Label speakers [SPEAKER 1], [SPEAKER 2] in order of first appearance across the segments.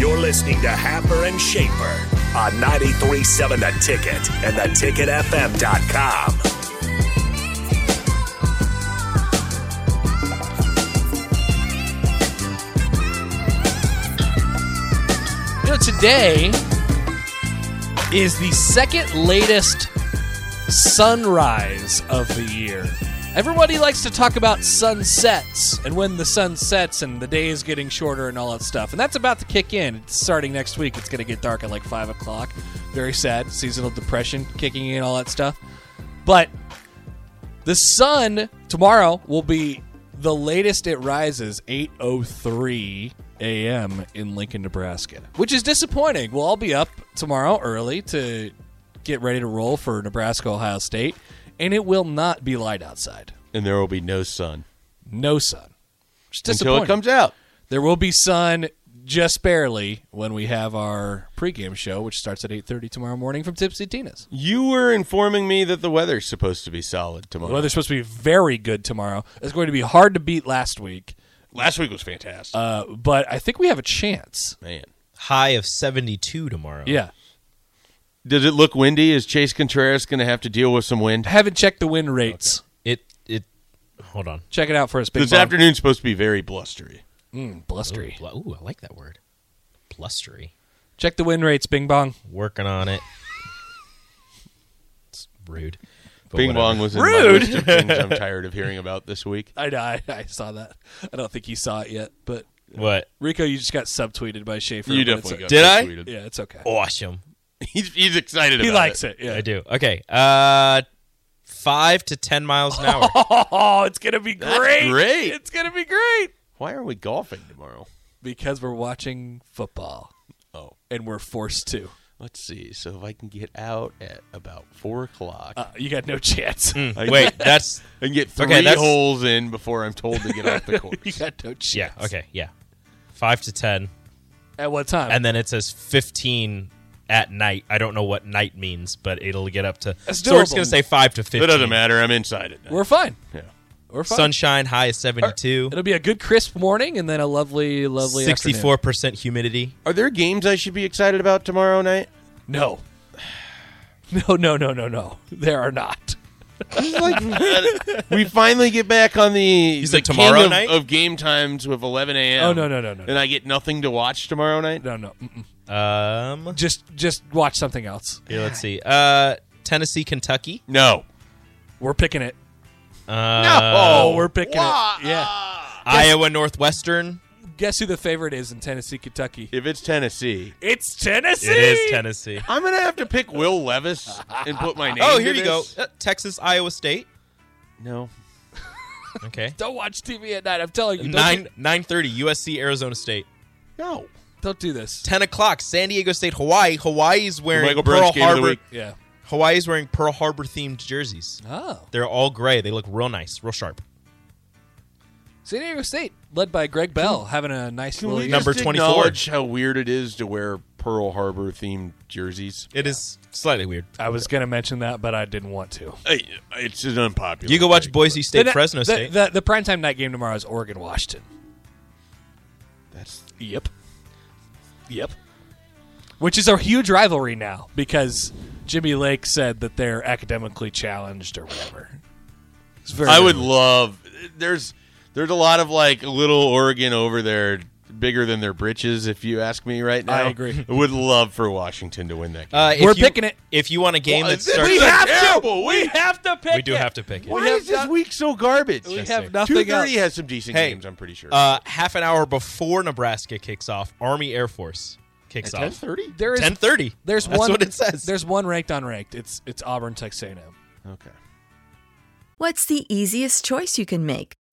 [SPEAKER 1] You're listening to Happer and Shaper on 93.7 The Ticket and theticketfm.com.
[SPEAKER 2] You know, today is the second latest sunrise of the year. Everybody likes to talk about sunsets and when the sun sets and the day is getting shorter and all that stuff. And that's about to kick in. It's starting next week. It's going to get dark at like 5 o'clock. Very sad. Seasonal depression kicking in, all that stuff. But the sun tomorrow will be the latest it rises 8:03 a.m. in Lincoln, Nebraska, which is disappointing. We'll all be up tomorrow early to get ready to roll for Nebraska Ohio State, and it will not be light outside.
[SPEAKER 3] and there will be no sun
[SPEAKER 2] No sun. It's
[SPEAKER 3] until
[SPEAKER 2] disappointing.
[SPEAKER 3] it comes out.
[SPEAKER 2] There will be sun just barely when we have our pregame show, which starts at 8:30 tomorrow morning from Tipsy Tina's.
[SPEAKER 3] You were informing me that the weather's supposed to be solid tomorrow.
[SPEAKER 2] The weather's supposed to be very good tomorrow. It's going to be hard to beat last week,
[SPEAKER 3] Last week was fantastic.
[SPEAKER 2] uh, but I think we have a chance.
[SPEAKER 3] Man,
[SPEAKER 4] High of 72 tomorrow.
[SPEAKER 2] Yeah.
[SPEAKER 3] does it look windy? Is Chase Contreras going to have to deal with some wind?
[SPEAKER 2] Haven't checked the wind rates.
[SPEAKER 4] It, it, hold on.
[SPEAKER 2] Check it out for us, Big
[SPEAKER 3] This Oh,
[SPEAKER 2] Bob.
[SPEAKER 3] afternoon's supposed to be very blustery.
[SPEAKER 2] Mm, blustery.
[SPEAKER 4] Ooh, bl- ooh, I like that word. Blustery.
[SPEAKER 2] Check the win rates, Bing Bong.
[SPEAKER 4] Working on it. It's rude. But
[SPEAKER 3] Bing
[SPEAKER 4] whatever.
[SPEAKER 3] Bong was in my
[SPEAKER 2] Rude.
[SPEAKER 3] list of things I'm tired of hearing about this week.
[SPEAKER 2] I know, I, I saw that. I don't think you saw it yet, but
[SPEAKER 4] What?
[SPEAKER 2] Rico, you just got subtweeted by Schaefer.
[SPEAKER 3] You
[SPEAKER 2] but it's
[SPEAKER 3] definitely got
[SPEAKER 2] okay.
[SPEAKER 4] Did I?
[SPEAKER 3] retweeted.
[SPEAKER 2] Yeah, it's okay.
[SPEAKER 4] Awesome.
[SPEAKER 3] He's, he's excited.
[SPEAKER 2] he
[SPEAKER 3] about
[SPEAKER 2] likes it. Yeah.
[SPEAKER 4] I do. Okay. Uh, five to 10 miles an hour.
[SPEAKER 2] Oh, it's gonna be
[SPEAKER 3] That's
[SPEAKER 2] great.
[SPEAKER 3] great.
[SPEAKER 2] It's gonna be great
[SPEAKER 3] Why are we golfing tomorrow?
[SPEAKER 2] because we're watching football
[SPEAKER 3] Oh,
[SPEAKER 2] and we're forced to.
[SPEAKER 3] let's see. So if I can get out at about four o'clock,
[SPEAKER 2] Uh, you got no chance.
[SPEAKER 3] I-
[SPEAKER 4] Wait, that's,
[SPEAKER 3] I can get three
[SPEAKER 4] okay, that's-
[SPEAKER 3] holes in before I'm told to get off the course.
[SPEAKER 2] you got no chance.
[SPEAKER 4] yeah, okay, yeah. Five to 10.
[SPEAKER 2] At what time?
[SPEAKER 4] and then it says 15 at night. I don't know what night means, but it'll get up to.
[SPEAKER 2] That's
[SPEAKER 4] so it's
[SPEAKER 2] doable.
[SPEAKER 4] going to say 5 to 15.
[SPEAKER 3] It doesn't matter. I'm inside it. Now.
[SPEAKER 2] we're fine.
[SPEAKER 3] Yeah.
[SPEAKER 2] We're fine.
[SPEAKER 4] Sunshine, high is 72.
[SPEAKER 2] It'll be a good crisp morning and then a lovely, lovely. afternoon.
[SPEAKER 4] 64% humidity.
[SPEAKER 3] Are there games I should be excited about tomorrow night?
[SPEAKER 2] No. No, no, no, no, no. There are not.
[SPEAKER 3] we finally get back on the.
[SPEAKER 4] said
[SPEAKER 3] the king
[SPEAKER 4] tomorrow
[SPEAKER 3] of,
[SPEAKER 4] night?
[SPEAKER 3] of game times with 11 a.m.
[SPEAKER 2] Oh, no, no, no, no, no.
[SPEAKER 3] And I get nothing to watch tomorrow night.
[SPEAKER 2] No, no. Mm-mm.
[SPEAKER 4] Um,
[SPEAKER 2] Just, just watch something else.
[SPEAKER 4] here, let's see. Uh, Tennessee, Kentucky.
[SPEAKER 3] No.
[SPEAKER 2] We're picking it.
[SPEAKER 4] Uh,
[SPEAKER 2] Oh, we're picking
[SPEAKER 3] Wah!
[SPEAKER 2] it. Yeah.
[SPEAKER 4] Iowa, Northwestern.
[SPEAKER 2] Guess who the favorite is in Tennessee, Kentucky?
[SPEAKER 3] If it's Tennessee,
[SPEAKER 2] It's Tennessee.
[SPEAKER 4] It is Tennessee.
[SPEAKER 3] I'm gonna have to pick Will Levis and put my name.
[SPEAKER 4] Oh,
[SPEAKER 3] to
[SPEAKER 4] here you go.
[SPEAKER 3] this.
[SPEAKER 4] Uh, Texas, Iowa State.
[SPEAKER 3] No.
[SPEAKER 4] Okay.
[SPEAKER 2] Don't watch TV at night. I'm telling you. Don't
[SPEAKER 4] Nine
[SPEAKER 2] Do,
[SPEAKER 4] nine thirty USC Arizona State
[SPEAKER 3] No.
[SPEAKER 2] don't do this.
[SPEAKER 4] ten o'clock San Diego State Hawaii Hawaii's wearing
[SPEAKER 3] Michael Burns
[SPEAKER 4] Pearl
[SPEAKER 3] game of the
[SPEAKER 4] Harbor
[SPEAKER 3] week.
[SPEAKER 2] Yeah.
[SPEAKER 4] Hawaii's wearing Pearl Harbor themed jerseys
[SPEAKER 2] Oh.
[SPEAKER 4] They're all gray. They look real nice, real sharp.
[SPEAKER 2] San Diego State, led by Greg Bell, having a nice
[SPEAKER 3] Can
[SPEAKER 2] little
[SPEAKER 3] we
[SPEAKER 2] year.
[SPEAKER 4] Number
[SPEAKER 3] just
[SPEAKER 4] 24.
[SPEAKER 3] acknowledge how weird it is to wear Pearl Harbor themed jerseys.
[SPEAKER 4] It is slightly weird.
[SPEAKER 2] I was going to mention that, but I didn't want to.
[SPEAKER 3] Hey, It's an unpopular.
[SPEAKER 4] You go watch
[SPEAKER 3] take,
[SPEAKER 4] Boise State,
[SPEAKER 2] The-
[SPEAKER 4] Fresno
[SPEAKER 2] the,
[SPEAKER 4] State.
[SPEAKER 2] The, the primetime night game tomorrow is Oregon Washington.
[SPEAKER 3] but That's
[SPEAKER 2] Yep. Yep. Which is a huge rivalry now because Jimmy Lake said that they're academically challenged or whatever. It's very
[SPEAKER 3] I would love. There's there's a lot of like little Oregon over there, bigger than their britches. If you ask me right now,
[SPEAKER 2] I agree.
[SPEAKER 3] would love for Washington to win that game.
[SPEAKER 4] Uh, if
[SPEAKER 2] We're
[SPEAKER 4] you-
[SPEAKER 2] picking it.
[SPEAKER 4] If you want a game that
[SPEAKER 3] This
[SPEAKER 4] starts,
[SPEAKER 3] is
[SPEAKER 2] We have to!
[SPEAKER 3] terrible. We
[SPEAKER 2] have to pick
[SPEAKER 4] we do
[SPEAKER 2] it.
[SPEAKER 4] have to pick it.
[SPEAKER 3] Why
[SPEAKER 2] have
[SPEAKER 3] is this
[SPEAKER 2] not-
[SPEAKER 3] week so garbage?
[SPEAKER 2] We have
[SPEAKER 3] Two
[SPEAKER 2] nothing else.
[SPEAKER 3] thirty has some decent
[SPEAKER 4] Hey,
[SPEAKER 3] games. I'm pretty sure.
[SPEAKER 4] Uh, half an hour before Nebraska kicks off, Army Air Force kicks
[SPEAKER 3] Ten
[SPEAKER 4] off.
[SPEAKER 3] thirty.
[SPEAKER 2] There is
[SPEAKER 4] Ten thirty.
[SPEAKER 2] There's
[SPEAKER 4] That's
[SPEAKER 2] one
[SPEAKER 4] what it says.
[SPEAKER 2] There's one ranked unranked. It's it's Auburn Texano.
[SPEAKER 3] Okay.
[SPEAKER 5] What's the easiest choice you can make?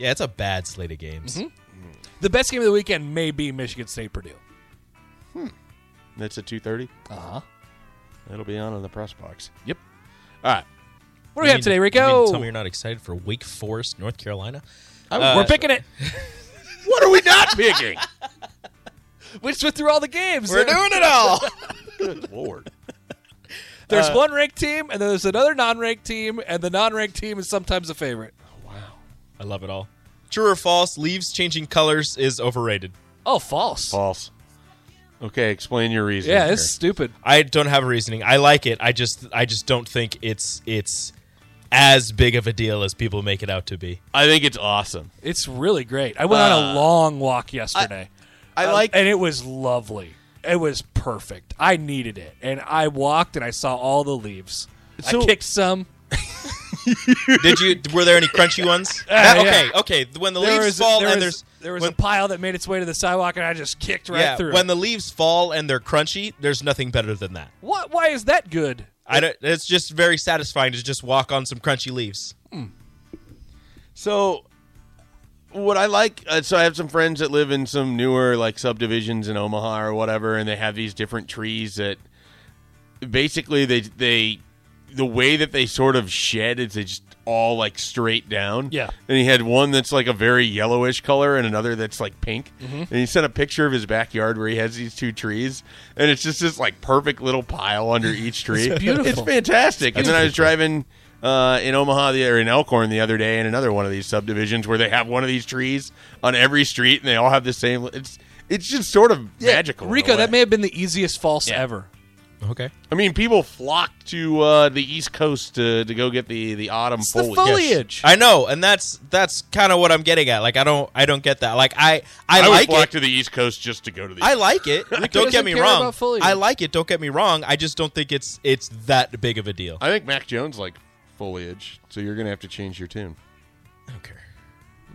[SPEAKER 4] Yeah, it's a bad slate of games.
[SPEAKER 2] Mm-hmm. The best game of the weekend may be Michigan State Purdue.
[SPEAKER 3] That's at two thirty.
[SPEAKER 2] Uh huh.
[SPEAKER 3] It'll be on in the press box.
[SPEAKER 2] Yep.
[SPEAKER 3] All right.
[SPEAKER 2] What do we have
[SPEAKER 4] mean-
[SPEAKER 2] today,
[SPEAKER 4] you mean
[SPEAKER 2] Rico?
[SPEAKER 4] tell me Uh, you're not excited for Wake Forest, North Carolina.
[SPEAKER 2] We're picking it.
[SPEAKER 3] What are we not picking?
[SPEAKER 2] We just went through all the games. There-
[SPEAKER 4] it all.
[SPEAKER 3] Good lord.
[SPEAKER 4] Uh,
[SPEAKER 2] There's one ranked team, and then there's another non-ranked team, and the non-ranked team is sometimes a favorite.
[SPEAKER 4] I love it all. True or false? Leaves changing colors is overrated.
[SPEAKER 2] Oh, false.
[SPEAKER 3] False. Okay, explain your reason.
[SPEAKER 2] Yeah, it's stupid.
[SPEAKER 4] I don't have a reasoning. I like it. I just I just don't think it's it's as big of a deal as people make it out to be.
[SPEAKER 3] I think it's awesome.
[SPEAKER 2] It's really great. I went
[SPEAKER 4] Uh,
[SPEAKER 2] on a long walk yesterday.
[SPEAKER 3] I
[SPEAKER 2] Uh,
[SPEAKER 3] like.
[SPEAKER 2] and it was lovely. It was perfect. I needed it, and I walked and I saw all the leaves.
[SPEAKER 3] So-
[SPEAKER 2] I kicked some.
[SPEAKER 4] Did you? Were there any crunchy ones? That- okay, okay. When the
[SPEAKER 2] There
[SPEAKER 4] leaves
[SPEAKER 2] was,
[SPEAKER 4] fall
[SPEAKER 2] there
[SPEAKER 4] and
[SPEAKER 2] was-
[SPEAKER 4] there's
[SPEAKER 2] there was
[SPEAKER 4] when,
[SPEAKER 2] a pile that made its way to the sidewalk, and I just kicked right
[SPEAKER 4] yeah,
[SPEAKER 2] through.
[SPEAKER 4] when
[SPEAKER 2] it.
[SPEAKER 4] the leaves fall and they're crunchy, there's nothing better than that.
[SPEAKER 2] what? Why is that good?
[SPEAKER 4] I don't. It's just very satisfying to just walk on some crunchy leaves.
[SPEAKER 3] So, what I like, uh, so I have some friends that live in some newer like subdivisions in Omaha or whatever, and they have these different trees that basically they they the way that they sort of shed is they just all like straight down.
[SPEAKER 2] Yeah.
[SPEAKER 3] And he had one that's like a very yellowish color and another that's like pink.
[SPEAKER 2] Mm-hmm.
[SPEAKER 3] And he sent a picture of his backyard where he has these two trees, and it's just this like perfect little pile under each tree.
[SPEAKER 2] It's beautiful.
[SPEAKER 3] It's fantastic. and then I was driving uh, in Omaha the, or in Elkhorn the other day in another one of these subdivisions where they have one of these trees on every street and they all have the same. It's it's just sort of magical. in a
[SPEAKER 2] Rico, that
[SPEAKER 3] way.
[SPEAKER 2] may have been the easiest false ever.
[SPEAKER 4] Okay.
[SPEAKER 3] I mean, people flock to uh, the East Coast to, to go get the the autumn
[SPEAKER 2] It's the
[SPEAKER 3] foliage.
[SPEAKER 2] foliage.
[SPEAKER 4] I know, and that's that's kind of what I'm getting at. Like I don't I don't get that. Like I I,
[SPEAKER 3] I, would
[SPEAKER 4] like
[SPEAKER 3] flock
[SPEAKER 4] it.
[SPEAKER 3] to the East Coast just to go to the.
[SPEAKER 4] I like it. don't
[SPEAKER 2] doesn't
[SPEAKER 4] get me
[SPEAKER 2] care
[SPEAKER 4] wrong.
[SPEAKER 2] about foliage.
[SPEAKER 4] I like it. Don't get me wrong. I just don't think it's it's that big of a deal.
[SPEAKER 3] I think Mac Jones like foliage, so you're gonna have to change your tune.
[SPEAKER 4] I don't care.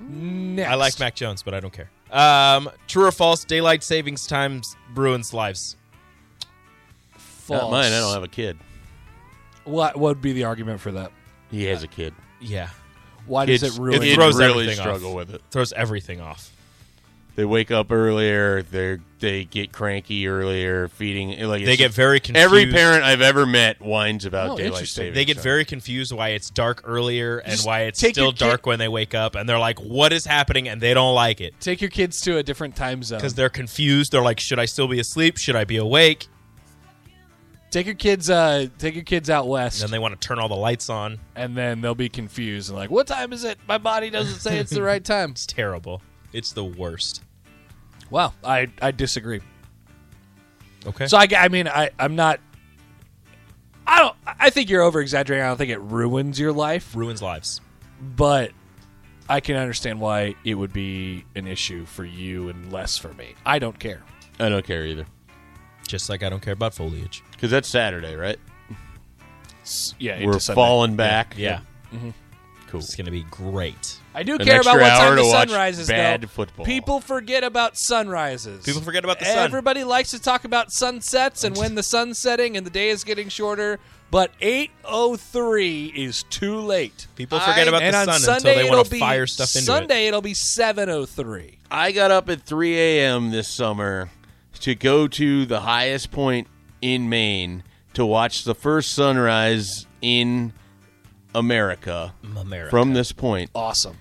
[SPEAKER 2] Next.
[SPEAKER 4] I like Mac Jones, but I don't care. Um, true or false? Daylight savings times ruins lives.
[SPEAKER 2] False.
[SPEAKER 3] Not mine. I don't have a kid.
[SPEAKER 2] What would be the argument for that?
[SPEAKER 3] He has a kid.
[SPEAKER 4] Yeah,
[SPEAKER 2] Why
[SPEAKER 3] Kids,
[SPEAKER 2] does it ruin?
[SPEAKER 3] kids
[SPEAKER 4] throws
[SPEAKER 3] really
[SPEAKER 4] everything off.
[SPEAKER 3] struggle with it.
[SPEAKER 4] throws everything off.
[SPEAKER 3] They wake up earlier. They they get cranky earlier. Feeding like
[SPEAKER 4] They
[SPEAKER 3] it's-
[SPEAKER 4] get very confused.
[SPEAKER 3] Every parent I've ever met whines about
[SPEAKER 2] Oh,
[SPEAKER 3] daylight
[SPEAKER 2] interesting.
[SPEAKER 3] savings.
[SPEAKER 4] They get
[SPEAKER 3] time.
[SPEAKER 4] very confused why it's dark earlier and
[SPEAKER 2] Just
[SPEAKER 4] why it's
[SPEAKER 2] take your
[SPEAKER 4] still
[SPEAKER 2] kid-
[SPEAKER 4] dark when they wake up, and they're like, "What is happening?" and they don't like it
[SPEAKER 2] Take your kids to a different time zone.
[SPEAKER 4] because they're confused. They're like, "Should I still be asleep? Should I be awake?"
[SPEAKER 2] Take your kids. Uh, take your kids out west,
[SPEAKER 4] And then they want to turn all the lights on.
[SPEAKER 2] and then they'll be confused and like, "What time is it? My body doesn't say it's the right time."
[SPEAKER 4] It's terrible. It's the worst.
[SPEAKER 2] Wow, I I disagree.
[SPEAKER 4] Okay.
[SPEAKER 2] So I, I mean, I I'm not. I don't. I think you're over exaggerating. I don't think it ruins your life,
[SPEAKER 4] ruins lives.
[SPEAKER 2] but I can understand why it would be an issue for you and less for me. I don't care.
[SPEAKER 3] I don't care either
[SPEAKER 4] Just like I don't care about foliage.
[SPEAKER 3] because that's Saturday, right?
[SPEAKER 2] S- Yeah,
[SPEAKER 3] We're
[SPEAKER 2] into Sunday.
[SPEAKER 3] falling back.
[SPEAKER 4] Mm-hmm.
[SPEAKER 3] Mm-hmm.
[SPEAKER 4] Cool. It's gonna be great.
[SPEAKER 2] I do
[SPEAKER 3] An
[SPEAKER 2] care about
[SPEAKER 3] extra
[SPEAKER 2] what time
[SPEAKER 3] hour
[SPEAKER 2] the
[SPEAKER 3] to
[SPEAKER 2] sun
[SPEAKER 3] watch
[SPEAKER 2] rises.
[SPEAKER 3] bad
[SPEAKER 2] though.
[SPEAKER 3] football.
[SPEAKER 2] People forget about sunrises.
[SPEAKER 4] People forget about the sun.
[SPEAKER 2] Everybody likes to talk about sunsets and when the sun's setting and the day is getting shorter, but 8:03 is too late.
[SPEAKER 4] People forget about
[SPEAKER 2] and
[SPEAKER 4] the
[SPEAKER 2] on
[SPEAKER 4] sun
[SPEAKER 2] Sunday
[SPEAKER 4] until they
[SPEAKER 2] it'll
[SPEAKER 4] want to
[SPEAKER 2] be
[SPEAKER 4] fire stuff into it.
[SPEAKER 2] Sunday it'll be 7:03.
[SPEAKER 3] I got up at 3 a.m. this summer to go to the highest point in Maine to watch the first sunrise in America
[SPEAKER 4] America.
[SPEAKER 3] from this point,
[SPEAKER 2] Awesome.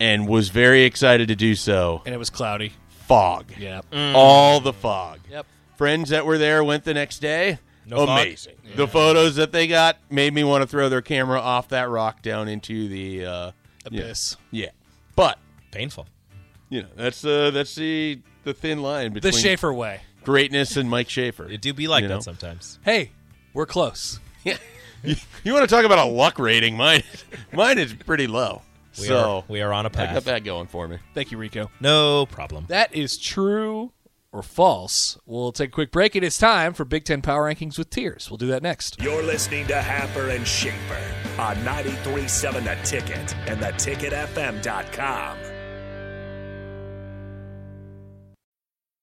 [SPEAKER 3] and was very excited to do so.
[SPEAKER 2] And it was cloudy.
[SPEAKER 3] Fog,
[SPEAKER 2] Yeah.
[SPEAKER 4] Mm.
[SPEAKER 3] all the fog.
[SPEAKER 2] Yep.
[SPEAKER 3] Friends that were there went the next day.
[SPEAKER 4] No fog?
[SPEAKER 3] Amazing. The photos that they got made me want to throw their camera off that rock down into the uh, yeah.
[SPEAKER 2] Abyss.
[SPEAKER 3] Yeah, but
[SPEAKER 4] Painful.
[SPEAKER 3] you know that's the that's the the thin line
[SPEAKER 2] The
[SPEAKER 3] between
[SPEAKER 2] Schaefer way.
[SPEAKER 3] greatness and Mike Schaefer.
[SPEAKER 4] It do be like
[SPEAKER 3] You know?
[SPEAKER 4] that sometimes.
[SPEAKER 2] Hey, we're close.
[SPEAKER 3] You want to talk about a luck rating? Mine, mine is pretty low.
[SPEAKER 4] We
[SPEAKER 3] so
[SPEAKER 4] are, we are on
[SPEAKER 3] I
[SPEAKER 4] a
[SPEAKER 3] got
[SPEAKER 4] path.
[SPEAKER 3] that going for me.
[SPEAKER 2] Thank you, Rico.
[SPEAKER 4] No problem.
[SPEAKER 2] That is true or false. We'll take a quick break. It is time for Big Ten Power Rankings with Tears. We'll do that next.
[SPEAKER 1] You're listening to Happer and Shaper on 937 The Ticket and theticketfm.com.